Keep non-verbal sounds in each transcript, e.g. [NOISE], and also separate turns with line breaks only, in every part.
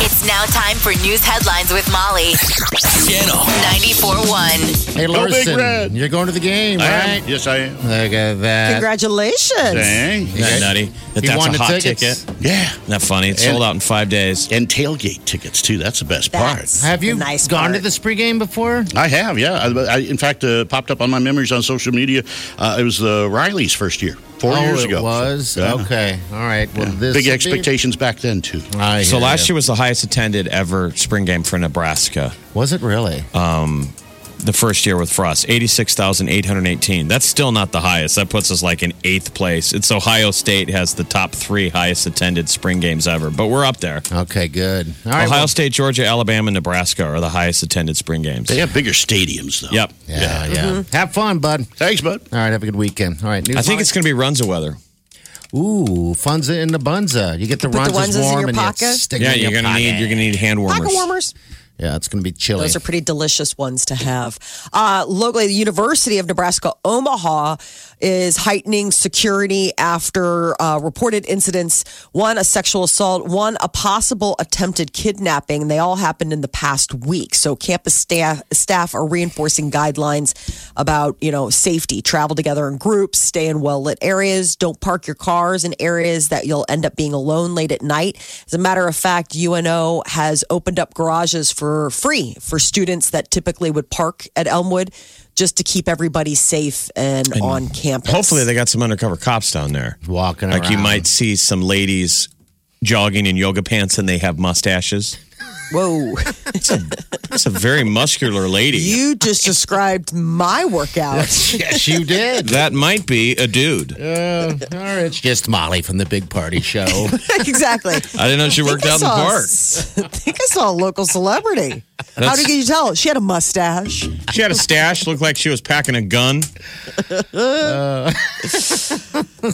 It's now time for news headlines with Molly. Channel 94.1.
Hey,
Go Big
Larson,
Red.
you're going to the game,
I
right?
am. Yes, I am.
Look at that.
Congratulations.
Dang.
Isn't that nutty? That
He
that's
won
a
the
hot
tickets.
ticket.
Yeah.
Isn't that funny? It's
And-
sold out in five days.
And tailgate tickets, too. That's the best
That's
part.
Have you
the nice
gone
part.
to this pregame before?
I have, yeah. I, I, in fact, uh, popped up on my memories on social media. Uh, it was uh, Riley's first year, four
oh,
years
it
ago.
was?
So, yeah.
Okay. All right. Well, this
Big
will be-
expectations back then, too.
I
So
hear
last
ya.
year was the highest attended ever spring game for Nebraska.
was it really?
Uh, The first year with Frost, 86,818. That's still not the highest. That puts us like in eighth place. It's Ohio State has the top three highest attended spring games ever, but we're up there.
okay, good. All right.
Ohio
well-
State, Georgia, Alabama, and Nebraska are the highest attended spring games.
They have bigger stadiums, though.
Yep.
yeah, yeah.
Mm-hmm.
Have fun, bud.
Thanks, bud.
All right. Have a good weekend. All right. News
I think it's going to be Runza weather.
Ooh, funza in the bunza. You get the
Put the
runzas
oneses in
warm
your
and you
pocket?
stick
Yeah,
it in
you're
your
going to need
pocket.
you're going to need hand warmers.
Pocket warmers.
Yeah, it's going to be chilly.
Those are pretty delicious ones to have. Uh, locally, the University of Nebraska Omaha is heightening security after uh, reported incidents one, a sexual assault, one, a possible attempted kidnapping. They all happened in the past week. So, campus staff, staff are reinforcing guidelines about, you know, safety, travel together in groups, stay in well lit areas, don't park your cars in areas that you'll end up being alone late at night. As a matter of fact, UNO has opened up garages for free for students that typically would park at Elmwood just to keep everybody safe and, on campus.
Hopefully, they got some undercover cops down there.
Walking
like you
around. [LAUGHS]
might see some ladies jogging in yoga pants and they have mustaches.
Whoa.
[LAUGHS] It's a very muscular lady.
you just described my workout.
yes, you did. [LAUGHS]
that might be a dude.
Uh, all right, it's just Molly from the Big Party
[LAUGHS]
Show.
[LAUGHS] exactly.
I didn't know she worked out in the park.
I [LAUGHS] think I saw a local celebrity. How did you tell? She had a mustache.
She had a stash, looked like she was packing a gun.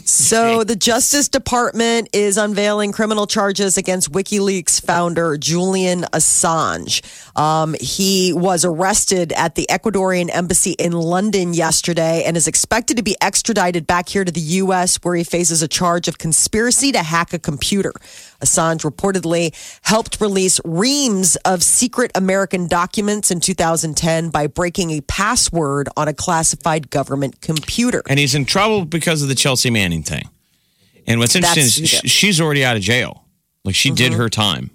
So, the Justice Department is unveiling criminal charges against WikiLeaks founder Julian Assange. Um, he was arrested at the Ecuadorian embassy in London yesterday and is expected to be extradited back here to the U.S., where he faces a charge of conspiracy to hack a computer. Assange reportedly helped release reams of secret American documents in 2010 by breaking a password on a classified government computer.
And he's in trouble because of the Chelsea Manning thing. And what's interesting
That's- Mm-hmm.
is sh- she's already out of jail. Like she did her time.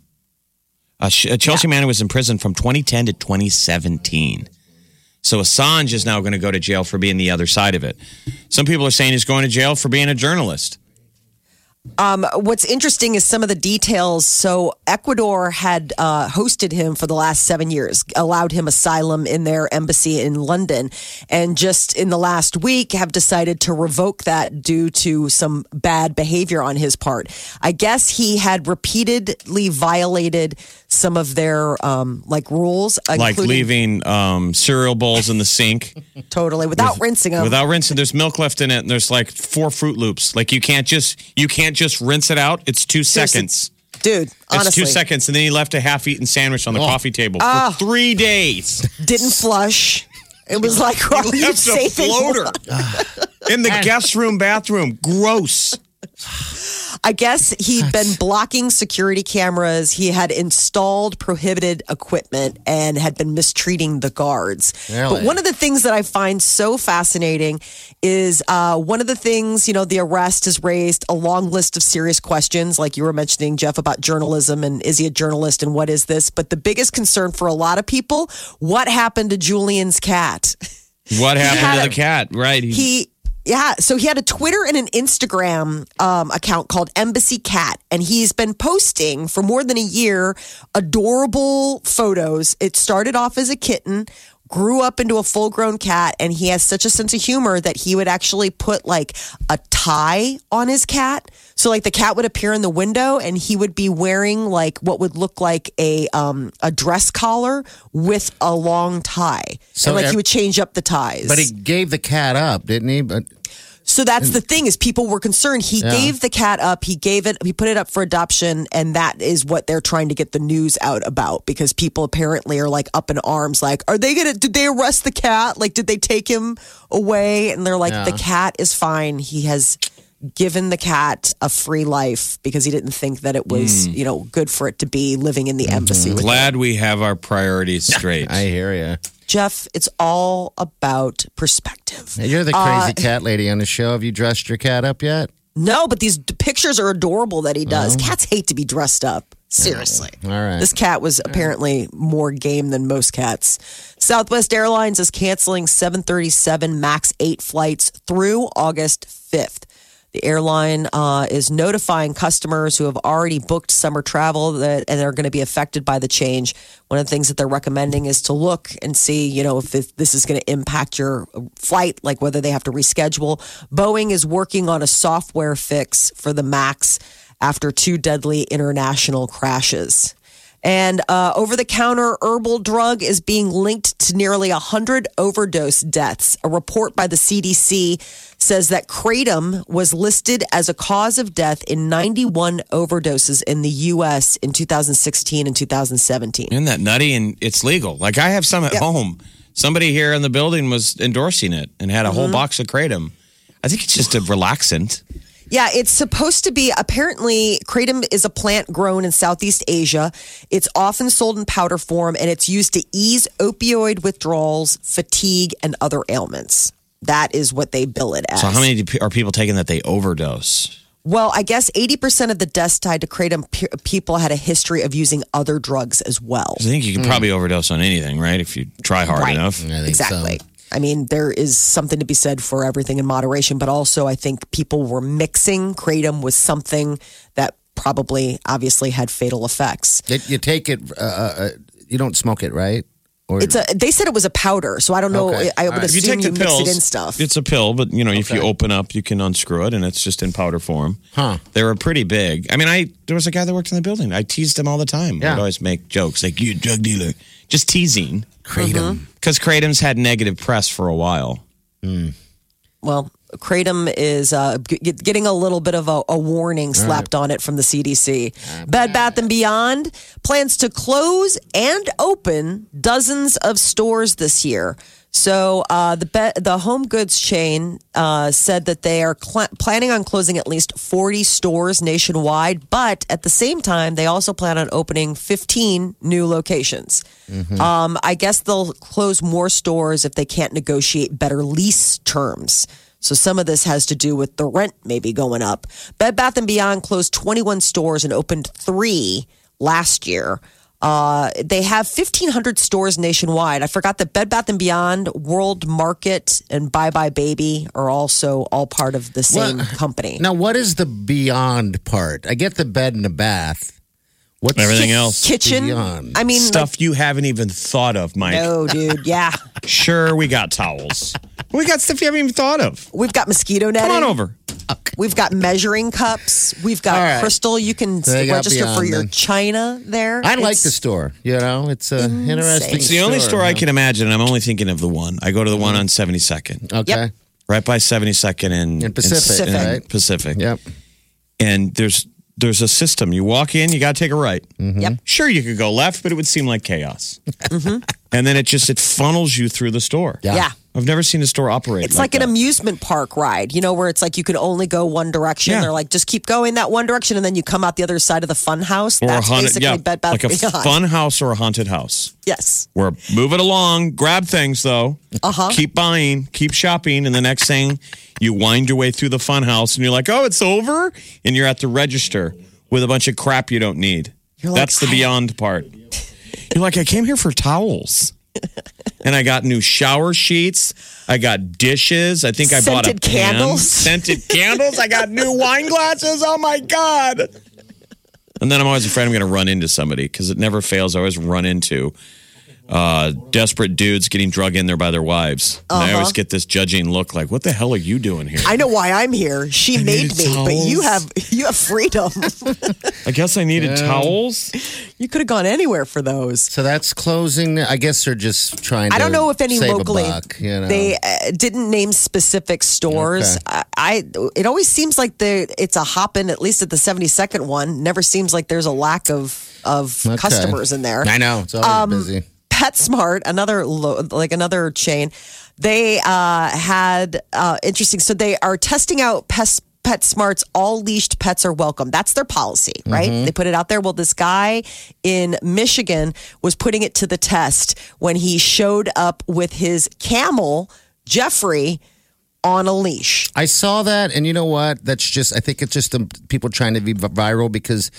Uh, sh- uh, Chelsea Manning was in prison from 2010 to 2017. So Assange is now going to go to jail for being the other side of it. Some people are saying he's going to jail for being a journalist.
what's interesting is some of the details. So Ecuador had uh, hosted him for the last seven years, allowed him asylum in their embassy in London, and just in the last week have decided to revoke that due to some bad behavior on his part. I guess he had repeatedly violated some of their um, like rules,
like
including-
leaving um, cereal bowls in the
[LAUGHS]
sink
totally without rinsing them.
without rinsing. There's milk left in it, and there's like four Fruit Loops. Like you can't just you can't just rinse it out. It's two seconds.
Dude,
It's
honestly,
two seconds, and then he left a half-eaten sandwich on the coffee table for [LAUGHS] three days.
didn't flush. It was
[LAUGHS]
like, are you
Left a
saving
floater [SIGHS] in the guest room bathroom. Gross.
I guess he'd been blocking security cameras. He had installed prohibited equipment and had been mistreating the guards.
Really?
But one of the things that I find so fascinating is uh, one of the things, you know, the arrest has raised a long list of serious questions, like you were mentioning, Jeff, about journalism and is he a journalist and what is this? But the biggest concern for a lot of people what happened to Julian's cat? [LAUGHS]
What happened
had
to
a-
the cat? Right. He,
he yeah so he had a twitter and an instagram um, account called embassy cat and he's been posting for more than a year adorable photos it started off as a kitten grew up into a full grown cat and he has such a sense of humor that he would actually put like a tie on his cat. So like the cat would appear in the window and he would be wearing like what would look like a um a dress collar with a long tie.
So
and like
ev-
he would change up the ties.
But he gave the cat up, didn't he? But
So that's the thing is people were concerned. He
Yeah.
gave the cat up. He gave it. He put it up for adoption, and that is what they're trying to get the news out about because people apparently are like up in arms. Like, are they gonna? Did they arrest the cat? Like, did they take him away? And they're like, the cat is fine. He has given the cat a free life because he didn't think that it was you know good for it to be living in the embassy. with
Glad we have our [LAUGHS] priorities straight.
I hear you.
Jeff, it's all about perspective.
You're the crazy cat lady on the show. Have you dressed your cat up yet?
No, but these d- pictures are adorable that he does. Cats hate to be dressed up. Seriously.
Oh. All right.
This cat was apparently more game than most cats. Southwest Airlines is canceling 737 MAX 8 flights through August 5th. The airline uh, is notifying customers who have already booked summer travel that and are going to be affected by the change. One of the things that they're recommending is to look and see, you know, if this, this is going to impact your flight, like whether they have to reschedule. Boeing is working on a software fix for the MAX after two deadly international crashes. And uh, over the counter herbal drug is being linked to nearly 100 overdose deaths. A report by the CDC says that Kratom was listed as a cause of death in 91 overdoses in the U.S. in 2016 and 2017.
Isn't that nutty? And it's legal. Like I have some at home. Somebody here in the building was endorsing it and had a whole box of kratom. I think it's just a relaxant.
Yeah, it's supposed to be. Apparently, kratom is a plant grown in Southeast Asia. It's often sold in powder form and it's used to ease opioid withdrawals, fatigue, and other ailments. That is what they bill it as.
So how many do- are people taking that they overdose?
Well, I guess 80% of the deaths tied to kratom pe- people had a history of using other drugs as well.
'Cause I think you can probably overdose on anything, Mm. right? If you try hard enough.
I think so.
um,
Exactly. I mean, there is something to be said for everything in moderation, but also I think people were mixing kratom with something that probably obviously had fatal effects.
You, you take it. Uh, uh, uh, you don't smoke it, right? Or
It's a, they said it was a powder, so I don't know.
Okay.
I would
All right.
assume
If you take the
mix
pills,
it in stuff.
it's a pill, but you know, if you
Okay.
open up, you can unscrew it, and it's just in powder form.
Huh.
They were pretty big. I mean, I there was a guy that worked in the building. I teased him all the time.
Yeah.
I'd always make jokes like "you a drug dealer," just teasing
kratom.
Mm-hmm.
because kratom's had negative press for a while.
well, kratom is uh, g- g- getting a little bit of a, a warning slapped on it from the CDC. Bed Bath and Beyond plans to close and open dozens of stores this year. So uh, the be- the home goods chain uh, said that they are cl- planning on closing at least 40 stores nationwide, but at the same time, they also plan on opening 15 new locations.
Mm-hmm.
Um, I guess they'll close more stores if they can't negotiate better lease terms. So some of this has to do with the rent maybe going up. Bed Bath and Beyond closed 21 stores and opened three last year. Uh, they have 1,500 stores nationwide. I forgot that Bed Bath and Beyond, World Market, and Bye Bye Baby are also all part of the same
Well,
company.
Now, what is the beyond part? I get the bed and the bath. What's
Everything else,
Kitchen.
Beyond.
I mean,
stuff you haven't even thought of, Mike.
like, no, dude.
[LAUGHS]
Yeah,
Sure, we got towels. we got stuff you haven't even thought of.
we've got mosquito netting.
Come on over.
We've got measuring cups. We've got
All right.
crystal. You can
They got
register for
beyond
your
then.
china there.
I like
It's- Mm,
the store. You know, it's a interesting.
It's the only store I can imagine. and I'm only thinking of the one. I go to the one
Mm-hmm.
on 72nd,
Okay.
Yep.
right by 72nd and
In Pacific,
and- and
right?
Pacific.
Yep.
And there's there's a system. You walk in, you got to take a right.
Yep. Mm-hmm.
Sure, you could go left, but it would seem like chaos. [LAUGHS] And then it just it funnels you through the store.
Yeah.
I've never seen a store operate.
It's like, an
that.
amusement park ride, you know, where it's like you can only go one direction.
Yeah.
They're like, just keep going that one direction, and then you come out the other side of the fun house.
or a
That's
haunted,
basically
yeah,
Bed Bath
like a
Beyond.
fun house or a haunted house.
Yes.
We're moving along. Grab things though.
Uh-huh.
Keep buying, keep shopping, and the next thing you wind your way through the fun house and you're like, oh, it's over, and you're at the register with a bunch of crap you don't need.
You're like,
That's the beyond part. You're like, I came here
[LAUGHS]
for towels. And I got new shower sheets. I got dishes. I think I bought a
Scented
pan.
candles.
Scented candles. I got new wine glasses. Oh my God. And then I'm always afraid I'm going to run into somebody because it never fails. I always run into uh, desperate dudes getting drug in there by their wives. And I always get this judging look like, what the hell are you doing here?
I know why I'm here. She made
needed
me, but you
towels.
have [LAUGHS] you have freedom.
I guess I needed towels.
you could have gone anywhere for those.
So that's closing. I guess they're just trying.
I
to
don't know if any
save
locally
A buck, you know?
they uh, didn't name specific stores. I, I it always seems like the it's a hop in at least at the 72nd one. Never seems like there's a lack of of
Okay.
customers in there.
I know it's always
Um,
busy.
PetSmart, another lo- like another chain, they uh, had uh, interesting. So they are testing out pest. PetSmart's all leashed pets are welcome. That's their policy, right? They put it out there. Well, this guy in Michigan was putting it to the test when he showed up with his camel, Jeffrey, on a leash.
I saw that, and you know what? That's just. I think it's just the people trying to be vi- viral because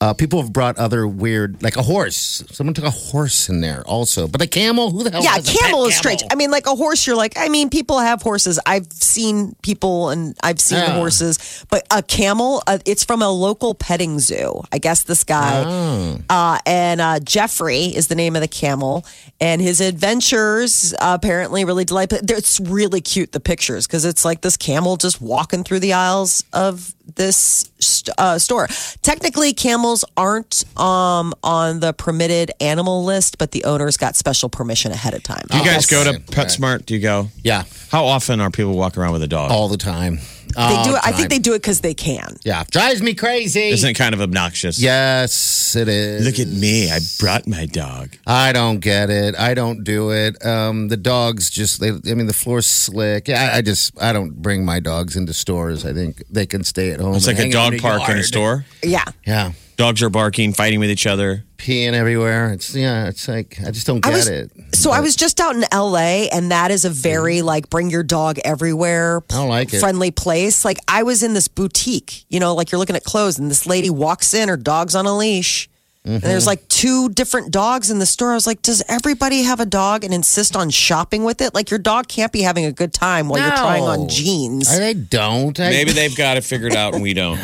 uh, people have brought other weird, like a horse. Someone took a horse in there also, but a camel. Who the hell?
yeah,
has a pet
camel is strange.
camel?
I mean, like a horse, you're like, I mean, people have horses. I've seen people and I've seen
Yeah.
horses, but a camel, uh, it's from a local petting zoo. I guess this guy.
Oh.
Uh, and uh, Jeffrey is the name of the camel. And his adventures uh, apparently really delightful. They're- It's really cute, the pictures, because it's like this camel just walking through the aisles of this st- uh, store. Technically, camels aren't um, on the permitted animal list, but the owners got special permission ahead of time.
Do you guys
that's-
go to PetSmart? Do you go?
Yeah,
How often are people walking around with a dog?
all the time. Uh,
They do it. I think they do it because they can.
Yeah, drives me crazy.
Isn't it kind of obnoxious?
Yes, it is.
Look at me. I brought my dog.
I don't get it. I don't do it. Um, the dogs just, they, I mean, the floor's slick. Yeah, I, I just, I don't bring my dogs into stores. I think they can stay at home.
It's
and
like a
hang out
dog
in the
park in a
yard.
store.
Yeah.
Yeah.
Dogs are barking, fighting with each other.
Peeing everywhere. It's, yeah, it's like, I just don't
I
get
was,
it. Hmm.
So I was just out in LA, and that is a very like bring your dog everywhere
I don't like it.
friendly place. Like I was in this boutique, you know, like you're looking at clothes, and this lady walks in, her dog's on a leash. And
Mm-hmm.
there's like two different dogs in the store. I was like, does everybody have a dog and insist on shopping with it? Like your dog can't be having a good time while you're trying on
No.
jeans.
I,
I,
they don't. I,
Maybe they've got it figured out and we don't.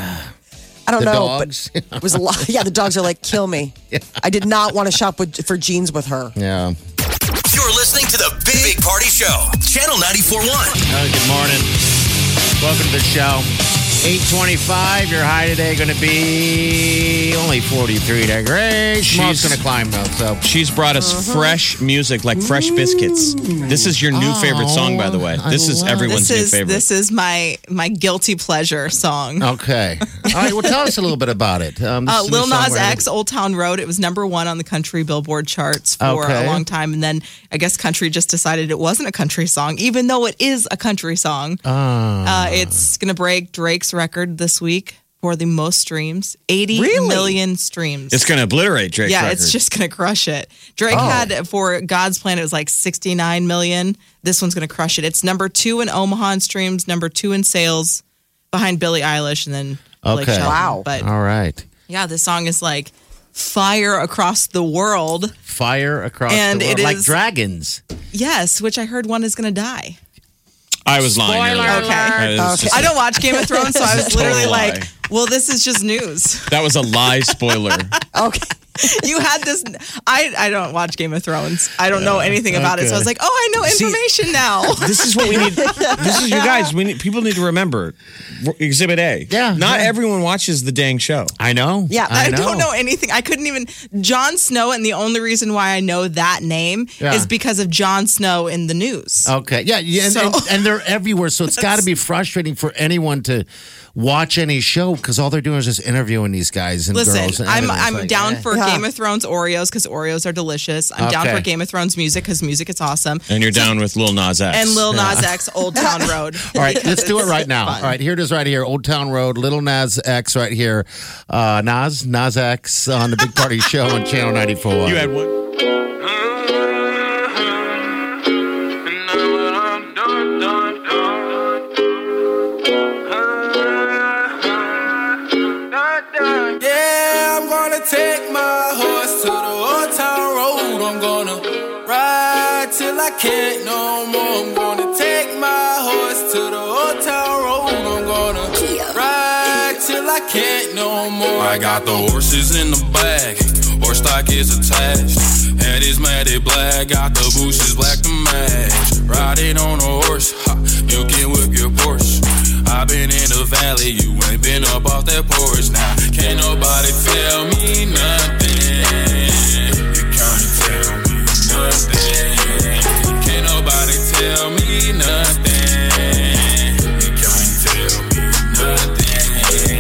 don't
the
know,
dogs. [LAUGHS]
but it was a lot. Yeah, the dogs are like, kill me. I did not want to shop with, for jeans with her.
yeah.
You're listening to the Big, Big Party Show, Channel 94.1.
Uh, good morning. Welcome to the show. 825, your high today going to be only 43 degrees. Tomorrow's
Jeez.
going to climb though, so.
She's brought us fresh music like Fresh Biscuits. This is your new favorite song, by the way. This is everyone's
This is
new favorite. Oh,
this is my my guilty pleasure song.
[LAUGHS] Okay. All right. Well, tell us a little bit about it. Um, this
Uh,
is a
Lil
song
Nas
where-
X, Old Town Road. It was number one on the country Billboard charts for
Okay.
a long time, and then I guess country just decided it wasn't a country song, even though it is a country song.
Ah.
Uh, it's gonna break Drake's record this week for the most streams, eighty million
Really?
streams.
it's going to obliterate Drake's
yeah,
record.
it's just gonna crush it. Drake had for God's plan it was like sixty nine million. This one's gonna crush it. It's number two in Omaha in streams, number two in sales, behind Billie Eilish, and then Blake
Okay.
Shelton.
Wow.
But
All right.
yeah, this song is like fire across the world.
Fire across
And
the world,
it
like
is-
dragons.
Yes, which I heard one is gonna die.
I was lying.
Spoiler
earlier.
Okay.
That was, just-
I don't watch Game of Thrones, so I was literally
Total lie.
like, "Well, this is just news." [LAUGHS]
that was a lie spoiler.
Okay.
You had this. I I don't watch Game of Thrones. I don't know anything about it, so I was like, "Oh, I know information now."
[LAUGHS] this is what we need. This is you guys. We need, people need to remember Exhibit A.
Yeah,
Not
yeah.
everyone watches the dang show.
I know.
Yeah,
I, don't know anything. I couldn't even. Jon Snow, and the only reason why I know that name
Yeah. Oh,
is because of Jon Snow in the news.
Okay. Yeah. yeah and,
So-
and, and they're everywhere. So it's got to be frustrating for anyone to watch any show because all they're doing is just interviewing these guys and girls.
Listen,
and
I'm
everything. It's
I'm
like,
down
eh.
for
Yeah.
Game of Thrones Oreos because Oreos are delicious. I'm down
Okay.
for Game of Thrones music because music is awesome.
And you're down with Lil Nas X.
And Lil Nas X, Old Town
[LAUGHS]
Road.
"Eh." All right, let's do it right now. All right, here it is right here. Old Town Road, Little Nas X right here. Uh, Nas, Nas X on the Big Party Show on Channel 94.
You had one.
Yeah, I'm gonna take my horse to the old town road. I'm gonna ride till I can't no more. I'm gonna take my horse to the old town road. I'm gonna ride till I can't no more. I got the horses in the bag. Horses stock is attached. Head is matted black, got the bushes black to match. Riding on a horse, ha, you can whip your Porsche. i been in the valley, you ain't been up off that porch. Now, can't nobody tell me nothing. You can't tell me nothing. Can't nobody tell me nothing. You can't tell me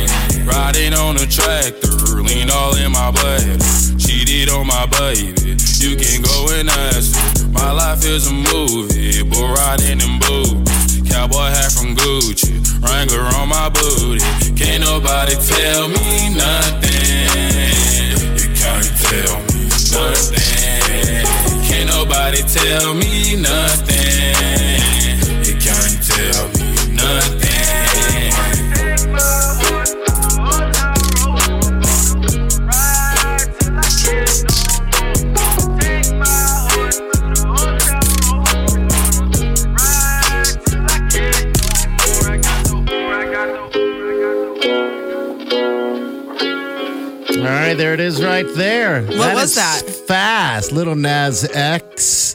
nothing. Riding on a tractor, lean all in my blood. Cheated on my baby, you can go and ask. her. My life is a movie, bull riding in boots. Cowboy hat from Gucci, Wrangler on my booty. Can't nobody tell me nothing. You can't tell me nothing. Can't nobody tell me nothing. You can't tell me nothing.
All right, there it is right there. What
was that?
Fast. Little Nas X.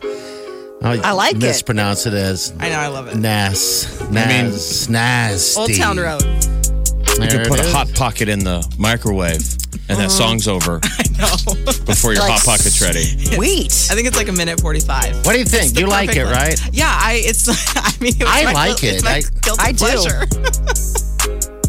I like it.
mispronounce it. as
[LAUGHS] I know, I love it.
Nas. Nas. Nas.
Old Town Road.
You
You put a hot pocket in the microwave, and that song's over
No.
before your hot pocket's ready.
[LAUGHS] Wheat.
I think it's like a minute 45.
What do you think?
It's the
You like
perfect
it,
length.
right?
Yeah, I it's [LAUGHS] I mean it was
I
my
like
guil-
it.
It's my
I-
guilty
I do.
pleasure.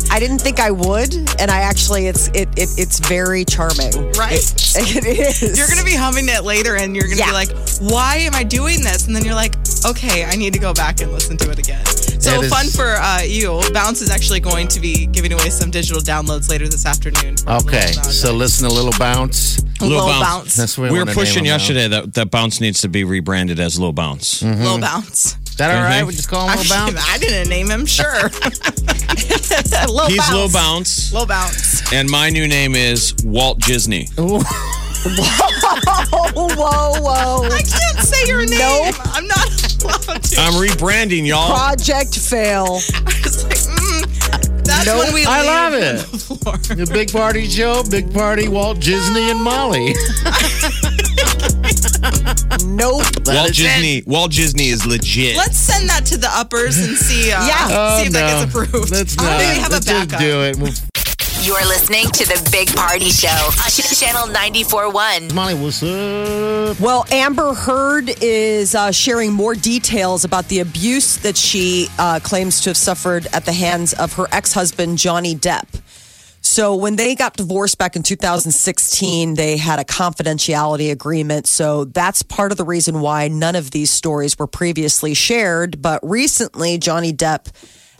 I didn't think I would, and I actually it's it, it it's very charming.
Right?
It [LAUGHS] is.
You're gonna be humming it later and you're gonna
Yeah.
be like, why am I doing this? And then you're like, okay, I need to go back and listen to it again. So
That is-
fun for uh, you. Bounce is actually going to be giving away some digital downloads later this afternoon. from
Okay,
Lil Bounce.
so listen to Little Bounce.
Lil
Lil Bounce.
Bounce.
That's what
We were
wanna name
pushing
him now.
yesterday that that bounce needs to be rebranded as Low Bounce.
Lil Bounce.
Is that all right?
Mhm.
We just call him Little Bounce?
[LAUGHS] I didn't name him, sure. Lil
He's
Bounce.
Low Bounce,
Lil Bounce.
and my new name is Walt Disney.
whoa, whoa,
[LAUGHS]
whoa.
I can't say your name.
Nope.
I'm not allowed to.
I'm rebranding, y'all.
Project fail.
It's like, mm, that's
Nope.
when we
I
leave
love it.
the floor.
The Big Party Show, Big Party, Walt Disney, and Molly.
Nope.
Walt Disney. Walt Disney is legit.
Let's send that to the uppers and see. Uh,
Yeah.
Oh,
see if
no.
that gets approved. [LAUGHS]
Let's
I
not.
already have a
Let's just
backup.
do it. We'll-
You're listening to the Big Party Show on Ch- Channel 94.1.
Molly, what's up?
Well, Amber Heard is uh, sharing more details about the abuse that she uh, claims to have suffered at the hands of her ex husband, Johnny Depp. So, when they got divorced back in 2016, they had a confidentiality agreement. So, that's part of the reason why none of these stories were previously shared. But recently, Johnny Depp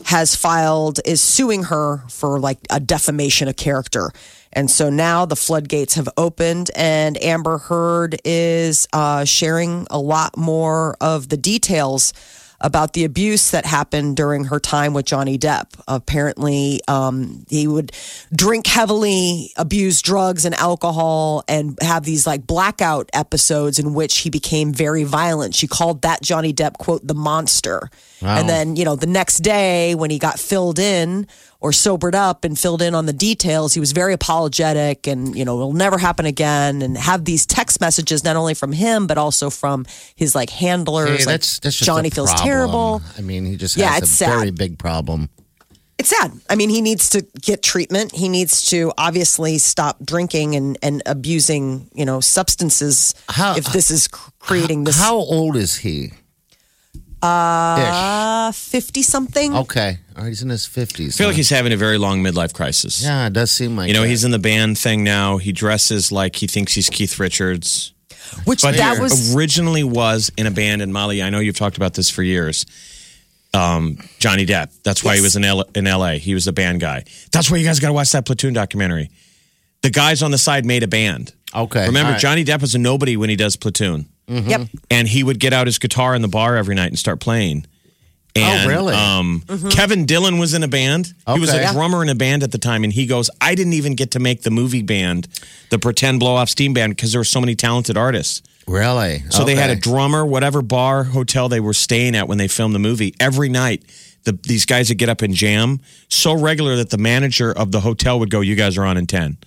has filed, is suing her for like a defamation of character. And so now the floodgates have opened, and Amber Heard is uh, sharing a lot more of the details about the abuse that happened during her time with Johnny Depp. Apparently, um, he would drink heavily, abuse drugs and alcohol, and have these like blackout episodes in which he became very violent. She called that Johnny Depp, quote, the monster. And then, you know, the next day when he got filled in or sobered up and filled in on the details, he was very apologetic and, you know, it'll never happen again. And have these text messages not only from him, but also from his like handlers.
Hey,
like,
that's, that's just
Johnny
a
feels
problem.
terrible.
I mean, he just
Yeah,
has
it's
a
sad.
very big problem.
It's sad. I mean, he needs to get treatment. He needs to obviously stop drinking and, and abusing, you know, substances
How-
if this is cr- creating this
How old is he? Uh,
50 something.
Okay. All right, he's in his 50s.
I feel like he's having a very long midlife crisis.
Yeah, it does seem like
You know,
it.
he's in the band thing now. He dresses like he thinks he's Keith Richards.
Which
But
that
he
was
originally was in a band in Molly. I know you've talked about this for years. Um, Johnny Depp. That's why he was in L- in L.A. He was a band guy. That's why you guys got to watch that Platoon documentary. The guys on the side made a band.
Okay,
Remember,
all right.
Johnny Depp was a nobody when he does Platoon,
Mm-hmm.
yep.
and he would get out his guitar in the bar every night and start playing.
Oh,
And,
really? Mm-hmm.
Um, Kevin Dillon was in a band. He was
Okay.
a
Yeah.
drummer in a band at the time, and he goes, "I didn't even get to make the movie band, the pretend blow off steam band, because there were so many talented artists."
Really?
So they had
Okay.
a drummer, whatever bar hotel they were staying at when they filmed the movie. Every night, the, these guys would get up and jam so regular that the manager of the hotel would go, "You guys are on in 10.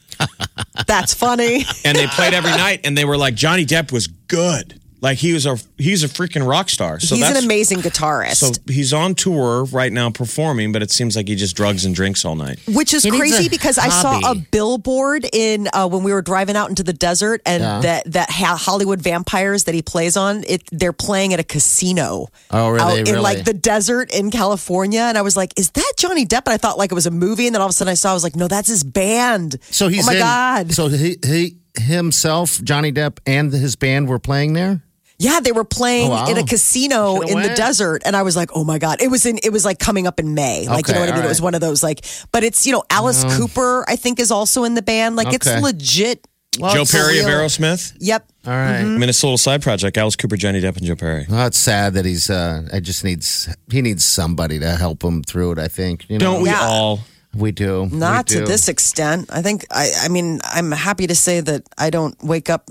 That's
[LAUGHS]
funny.
and they played every night. And they were like, Johnny Depp was good. Like he was a he's a freaking rock star. So
He's
that's
an amazing guitarist.
so he's on tour right now performing, but it seems like he just drugs and drinks all night.
Which is
He needs
crazy
a
because I saw a
hobby.
billboard in uh, when we were driving out into the desert, and
Yeah.
that that ha- Hollywood vampires that he plays on, it they're playing at a casino.
Oh, really?
Out in
Really?
like the desert in California, and I was like, "Is that Johnny Depp?" And I thought like it was a movie, and then all of a sudden I saw, I was like, "No, that's his band."
So he's
oh my
in-
god,
So he, he himself, Johnny Depp, and his band were playing there.
yeah, they were playing
Oh, wow.
in a casino
Should've
in the
went.
desert, and I was like, "Oh my god!" It was in it was like coming up in May, like you
Okay,
know what I mean?
all
It was
right. Oh.
one of those like, but it's you know Alice Cooper, I think, is also in the band. Like it's
Okay.
legit.
Joe
Oh, it's a
Perry of
real- Mm-hmm.
Aerosmith.
Yep.
All right.
I mean, it's a little side project. Alice Cooper, Johnny Depp, and Joe Perry.
Well, it's sad that he's. Uh, I just needs. He needs somebody to help him through it. I think. You know?
Don't we
Yeah.
all?
We do.
Not
We
to
do.
this extent. I think I I mean I'm happy to say that I don't wake up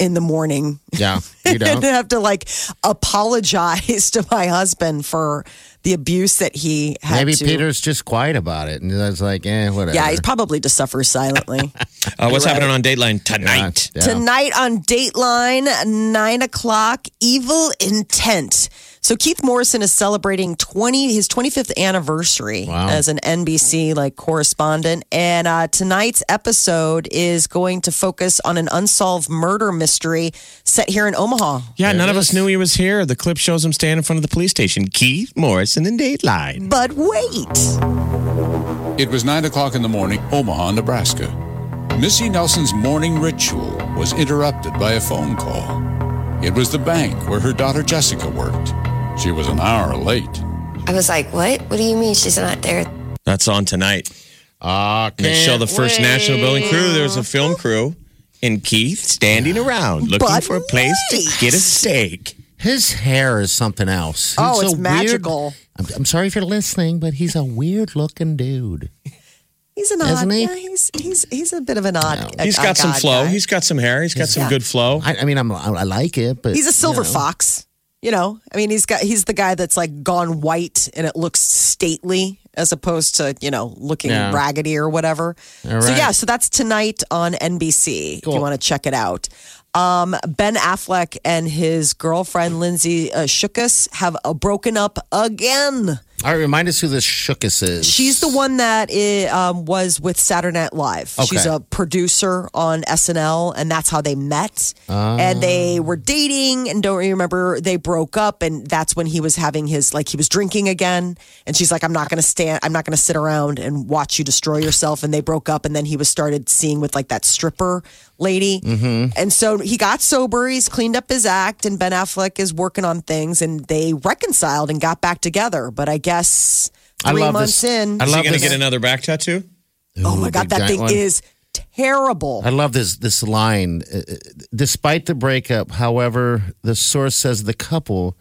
in the morning
Yeah.
[LAUGHS]
You
and
don't.
have to like apologize [LAUGHS] to my husband for the abuse that he had
Maybe
to-
Peter's just quiet about it, and that's like, eh, whatever.
Yeah, he probably just suffers silently.
Uh, what's happening on Dateline tonight?
Yeah.
Tonight on Dateline, nine o'clock, Evil Intent. So Keith Morrison is celebrating twenty his twenty fifth anniversary
Wow.
as an NBC like correspondent, and uh, tonight's episode is going to focus on an unsolved murder mystery set here in Omaha.
Yeah, none of us knew he was here. The clip shows him standing in front of the police station. Keith Morrison and Dateline.
But wait.
It was 9 o'clock in the morning, Omaha, Nebraska. Missy Nelson's morning ritual was interrupted by a phone call. It was the bank where her daughter Jessica worked. She was an hour late.
I was like, what? What do you mean she's not there?
That's on tonight.
Ah,
And they show the first National Building crew. There was a film crew and Keith standing around looking
But
for a place
wait.
to get a steak.
His hair is something else.
Oh,
He's a
it's magical.
Weird, I'm, I'm sorry if you're listening, but he's a weird looking dude.
He's an
Isn't
odd.
he?
Yeah, he's he's he's a bit of an odd.
He's
an
got some
odd
flow.
guy.
He's got some hair. He's got some good flow.
I, I mean, I'm, I, I like it, but
he's a silver
you know.
fox. You know, I mean, he's got he's the guy that's like gone white and it looks stately as opposed to you know looking
Yeah.
raggedy or whatever.
All
So
right.
yeah, so that's tonight on NBC. If you
Cool.
want to check it out. Um, ben Affleck and his girlfriend Lindsay uh, Shookus have uh, broken up again.
All right, remind us who this Shookus is.
She's the one that i- um, was with Saturday Night Live.
Okay.
She's a producer on SNL, and that's how they met. and they were dating, and don't you remember they broke up, and that's when he was having his like he was drinking again, and she's like, "I'm not gonna stand, I'm not gonna sit around and watch you destroy yourself." And they broke up, and then he was started seeing with like that stripper lady, and so he got sober, he's cleaned up his act, and Ben Affleck is working on things, and they reconciled and got back together. But I guess.
I
Three
love
months
this.
in,
I
Is he
love
going to
this.
get another back tattoo?
Oh my god,
big
that
giant
thing
one.
is terrible.
I love this this line. Uh, uh, Despite the breakup, however, the source says the couple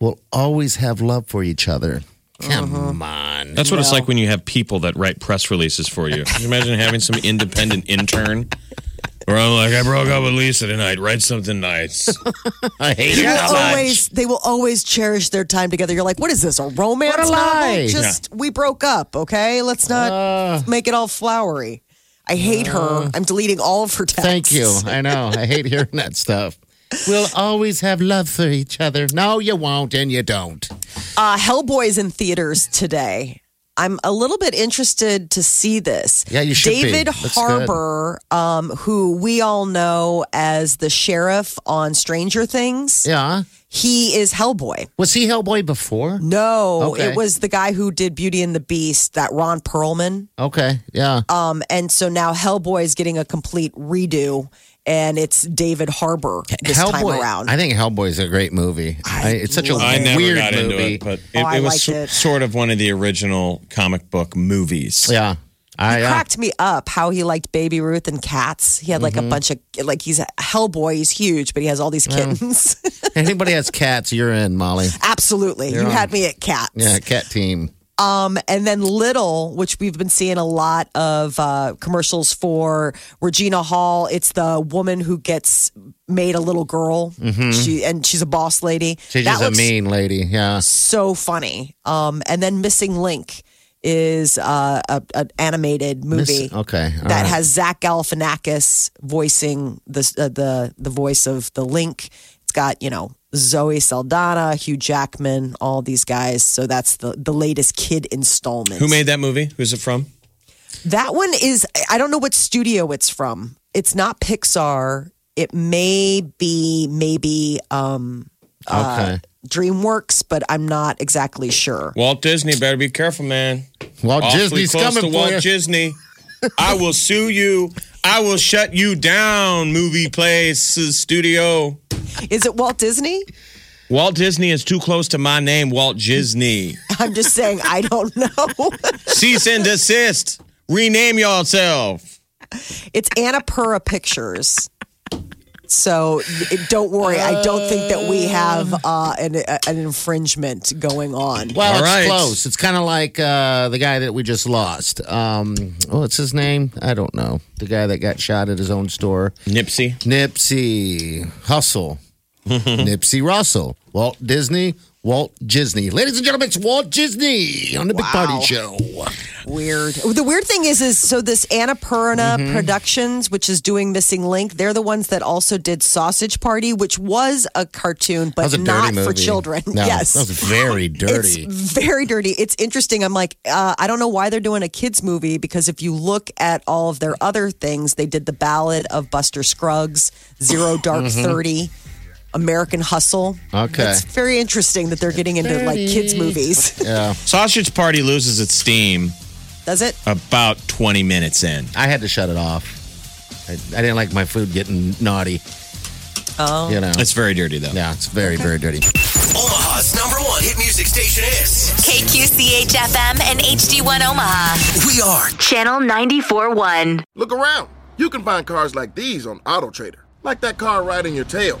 will always have love for each other. Come
Uh-huh.
on.
That's what it's like when you have people that write press releases for you. Can you imagine having some independent intern where I'm like, I broke up with Lisa tonight. Write
[LAUGHS]
something nice.
I hate
They
it.
will always they will always cherish their time together. You're like, what is this? A romance?
What a
novel?
lie. Uh.
Just we broke up, okay? Let's not make it all flowery. I hate her. I'm deleting all of her texts.
Thank you. I know. I hate hearing that stuff. We'll always have love for each other. No, you won't, and you don't.
Uh, Hellboy's in theaters today. I'm a little bit interested to see this.
Yeah, you should be.
David
Looks
Harbour, um, who we all know as the sheriff on Stranger Things,
Yeah.
he is Hellboy.
Was he Hellboy before?
No,
Okay.
it was the guy who did Beauty and the Beast, that Ron Perlman.
Okay. Yeah.
Um, and so now Hellboy is getting a complete redo, and it's David Harbour this time
Hellboy.
around.
I think Hellboy is a great movie. I, it's such a
I never
weird
got
movie.
into it, but
Oh,
it,
I
it was
liked
so-
it.
sort of one of the original comic book movies.
yeah. I, uh,
Cracked me up how he liked Baby Ruth and cats. He had like
Mm-hmm.
a bunch of like he's a Hellboy. He's huge, but he has all these kittens. [LAUGHS]
anybody has cats, you're in, Molly.
[LAUGHS] Absolutely, you had me at cats.
Yeah, cat team.
Um, and then Little, which we've been seeing a lot of uh, commercials for Regina Hall. It's the woman who gets made a little girl.
Mhm.
She and she's a boss lady.
She's
That
just a
looks
mean lady. Yeah.
so funny. Um, and then Missing Link is uh, a, an animated movie
Miss- okay. all
that
right.
has Zach Galifianakis voicing the uh, the the voice of the Link. It's got you know Zoe Saldana, Hugh Jackman, all these guys. So that's the the latest kid installment.
Who made that movie? Who's it from?
that one? Is I don't know what studio it's from. It's not Pixar. It may be maybe um, uh,
Okay.
DreamWorks, but I'm not
[LAUGHS]
exactly sure.
Walt Disney. Better be careful, man.
Walt
Awfully
Oh, Disney's
close
coming
to
for
Walt
you. [LAUGHS]
Disney. I will sue you. I will shut you down, movie place uh, studio.
Is it Walt Disney?
Walt Disney is too close to my name, Walt Disney.
I'm just saying I don't [LAUGHS] know.
Cease and desist. Rename yourself.
It's Annapurna Pictures. So it- don't worry. I don't think that we have uh, an, an infringement going on.
Well, it's close. It's kind of like uh, the guy that we just lost. Um, oh, what's his name? I don't know. The guy that got shot at his own store.
Nipsey.
Nipsey Hustle. Nipsey Russell. Walt Disney. Walt Disney. Ladies and gentlemen, it's Walt Disney on the Big Party Show.
Weird. The weird thing is, is so this Annapurna
Mm-hmm.
Productions, which is doing Missing Link, they're the ones that also did Sausage Party, which was a cartoon, but
that was a
not
dirty movie.
for children.
No,
yes,
That was very
[LAUGHS] It's
dirty.
very dirty. It's interesting. I'm like, uh, I don't know why they're doing a kids movie because if you look at all of their other things, they did the Ballad of Buster Scruggs, Zero Dark
Mhm.
Thirty, American Hustle.
Okay.
it's very interesting that they're getting into like kids movies.
Yeah.
Sausage Party loses its steam
[LAUGHS] Does it?
about 20 minutes in.
I had to shut it off. I, I didn't like my food getting naughty.
Oh.
You know.
It's very dirty, though.
Yeah, it's very, very dirty.
Omaha's number one hit music station is
KQCH FM and HD1 Omaha.
We are
Channel 94.1.
Look around. You can find cars like these on AutoTrader, like that car riding your tail.